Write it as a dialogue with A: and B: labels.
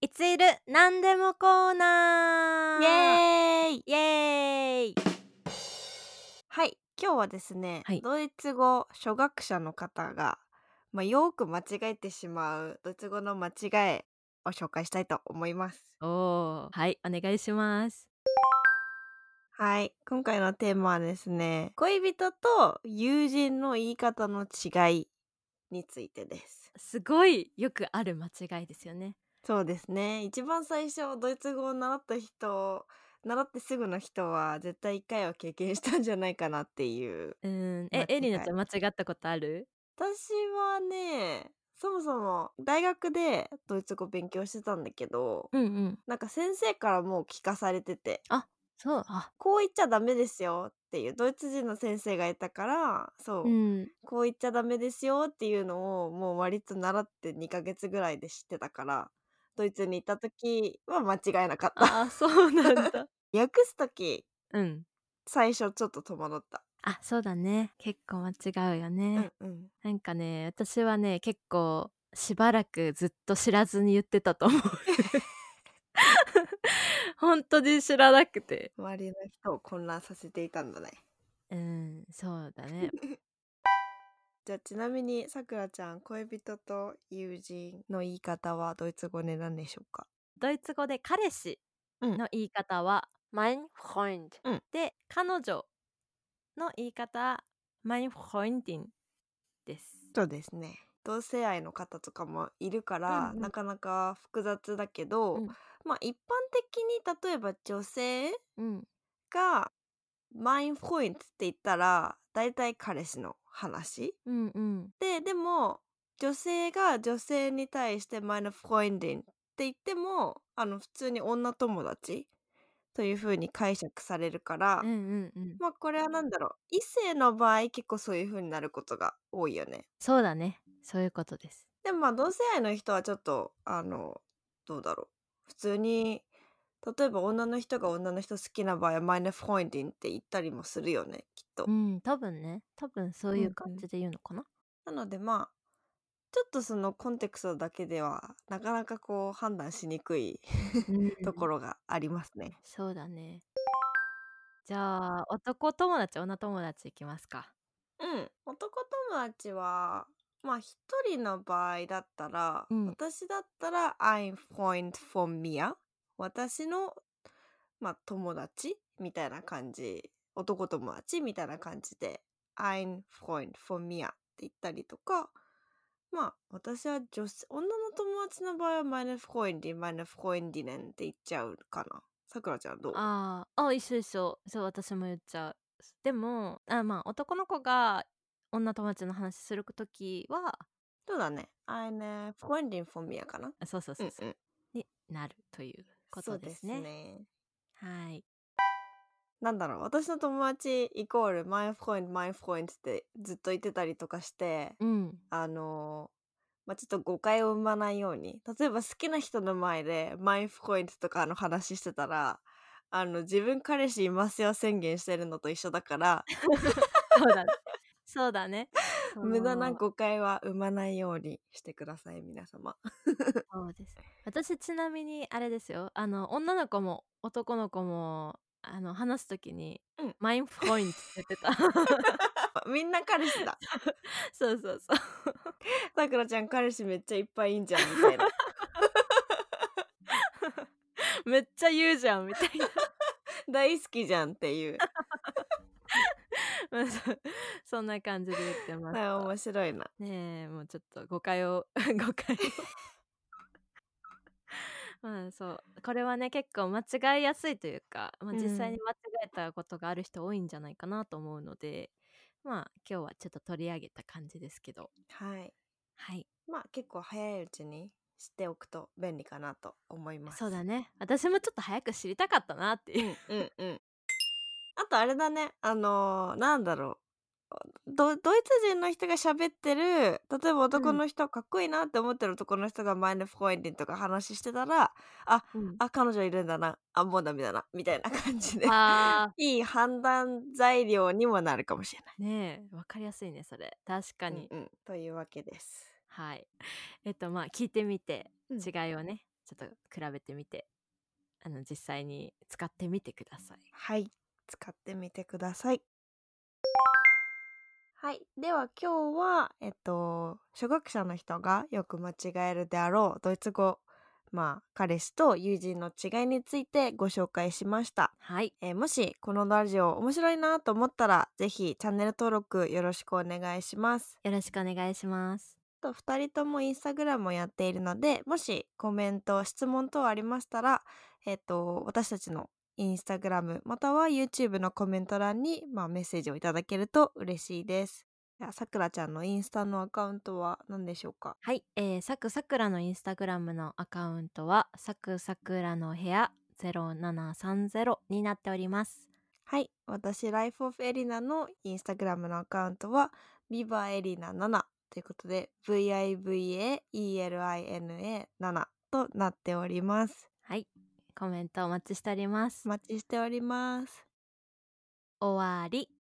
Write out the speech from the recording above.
A: いついるなんでもコーナー
B: イエーイ
A: イエーイ
B: はい今日はですね、
A: はい
B: ドイツ語初学者の方が、まあ、よーく間違えてしまうドイツ語の間違えを紹介したいと思います
A: おーはいお願いします
B: はい今回のテーマはですね恋人と友人の言い方の違いについてです
A: すごいよくある間違いですよね
B: そうですね一番最初ドイツ語を習った人習ってすぐの人は絶対一回は経験したんじゃないかなっていう
A: うーん
B: 間
A: え
B: 違い
A: エリナちゃん間違ったことある
B: 私はねそもそも大学でドイツ語勉強してたんだけど
A: うんうん
B: なんか先生からもう聞かされてて
A: そうあ
B: こう言っちゃダメですよっていうドイツ人の先生がいたからそう、
A: うん
B: こう言っちゃダメですよっていうのをもう割と習って2ヶ月ぐらいで知ってたからドイツに行った時は間違えなかった
A: あーそうなんだ
B: 訳す時
A: うん
B: 最初ちょっと戸惑った
A: あそうだね結構間違うよね、
B: うんうん
A: なんかね私はね結構しばらくずっと知らずに言ってた と思う本当に知らなくて
B: 周りの人を混乱させていたんだね
A: うんそうだね
B: じゃあちなみにさくらちゃん恋人と友人の言い方はドイツ語で何でしょうか
A: ドイツ語で彼氏の言い方は mein Freund、
B: うん
A: で彼女の言い方は mein Freundin です
B: そうですね同性愛の方とかもいるから、
A: うんうん
B: なかなか複雑だけど、
A: うん
B: まあ一般的に例えば女性
A: うん
B: がマインフォイントって言ったら大体彼氏の話
A: うんうん
B: ででも女性が女性に対してマインフォインディンって言ってもあの普通に女友達という風に解釈されるから、
A: うんうんうん
B: まあこれは何だろう異性の場合結構そういう風になることが多いよね。
A: そうだねそういうことです
B: でもまあ同性愛の人はちょっとあのどうだろう普通に例えば女の人が女の人好きな場合はマイナフォインディンって言ったりもするよねきっと。
A: うん多分ね多分そういう
B: うんう
A: 感
B: ん
A: じで言うのかな、
B: なのでまあちょっとそのコンテクストだけではなかなかこう判断しにくい
A: うん
B: ところがありますね。
A: そうだね。じゃあ男友達女友達いきますか。
B: うん男友達はまあ一人の場合だったら、
A: うん
B: 私だったら「I'm point for Mia」私の、まあ、友達みたいな感じ男友達みたいな感じで「I'm point for Mia」って言ったりとかまあ私は女性女の友達の場合は「マイナフコインディマイナフコインディネン」って言っちゃうかなさくらちゃんどう
A: あーあ一緒一緒そう私も言っちゃう。でもあまあ男の子が女友達の話するときは
B: そうだね「I'm point for Mia」かな
A: あそうそうそうそう、
B: うんうん
A: になるということですね。
B: そうですね
A: はい。
B: なんだろう私の友達イコールマイフコインマイフコインってずっと言ってたりとかして
A: うん
B: あのーまあ、ちょっと誤解を生まないように例えば好きな人の前でマイフコインとかの話してたらあの自分彼氏いますよ宣言してるのと一緒だから
A: そうだね。 そうだね。そう
B: 無駄な誤解は生まないようにしてください皆様。
A: そうです。私ちなみにあれですよ。あの女の子も男の子もあの話すときに、
B: うん
A: マインフォインって言ってた。
B: みんな彼氏だ
A: そうそうそう。
B: さくらちゃん彼氏めっちゃいっぱいいんじゃんみたいな
A: めっちゃ言う じゃんみたいな
B: 大好きじゃんっていう
A: まあそそんな感じで言ってます
B: あ面白いな。
A: ねえもうちょっと誤解を 誤解をまあそうこれはね結構間違いやすいというか、まあ、
B: うん
A: 実際に間違えたことがある人多いんじゃないかなと思うので、まあ今日はちょっと取り上げた感じですけど
B: はい
A: はい
B: まあ結構早いうちに知っておくと便利かなと思います。
A: そうだね私もちょっと早く知りたかったなっていう、
B: うんうん。あとあれだね、あのーなんだろう。ドドイツ人の人が喋ってる例えば男の人、かっこいいなって思ってる男の人がマイナスコインディンとか話してたらあ彼女いるんだなあもうダメだなみたいな感じで
A: あ
B: いい判断材料にもなるかもしれない。
A: ーねえわかりやすいねそれ確かに、
B: うんうんというわけです。
A: はい。えっとまあ聞いてみて
B: うん
A: 違いをね、ちょっと比べてみて、あの、実際に使ってみてください。
B: はい、使ってみてください。はい、では今日は、えっと、初学者の人がよく間違えるであろうドイツ語、まあ、彼氏と友人の違いについてご紹介しました。
A: はい。
B: えーもしこのラジオ面白いなと思ったら、ぜひチャンネル登録よろしくお願いします。
A: よろしくお願いします。
B: と2人ともインスタグラムをやっているのでもしコメント質問等ありましたら、えっと私たちのインスタグラムまたは YouTube のコメント欄に、まあ、メッセージをいただけると嬉しいです。じゃあさくらちゃんのインスタのアカウントは何でしょうか
A: はい、えー、さくさくらのインスタグラムのアカウントは、さくさくらの部屋0730になっております。
B: はい私 Life of Elina のインスタグラムのアカウントは VivaElina7 ということで VIVAELINA7 となっております。
A: はい、コメントお待ちしております。
B: お待ちしております。
A: 終わり。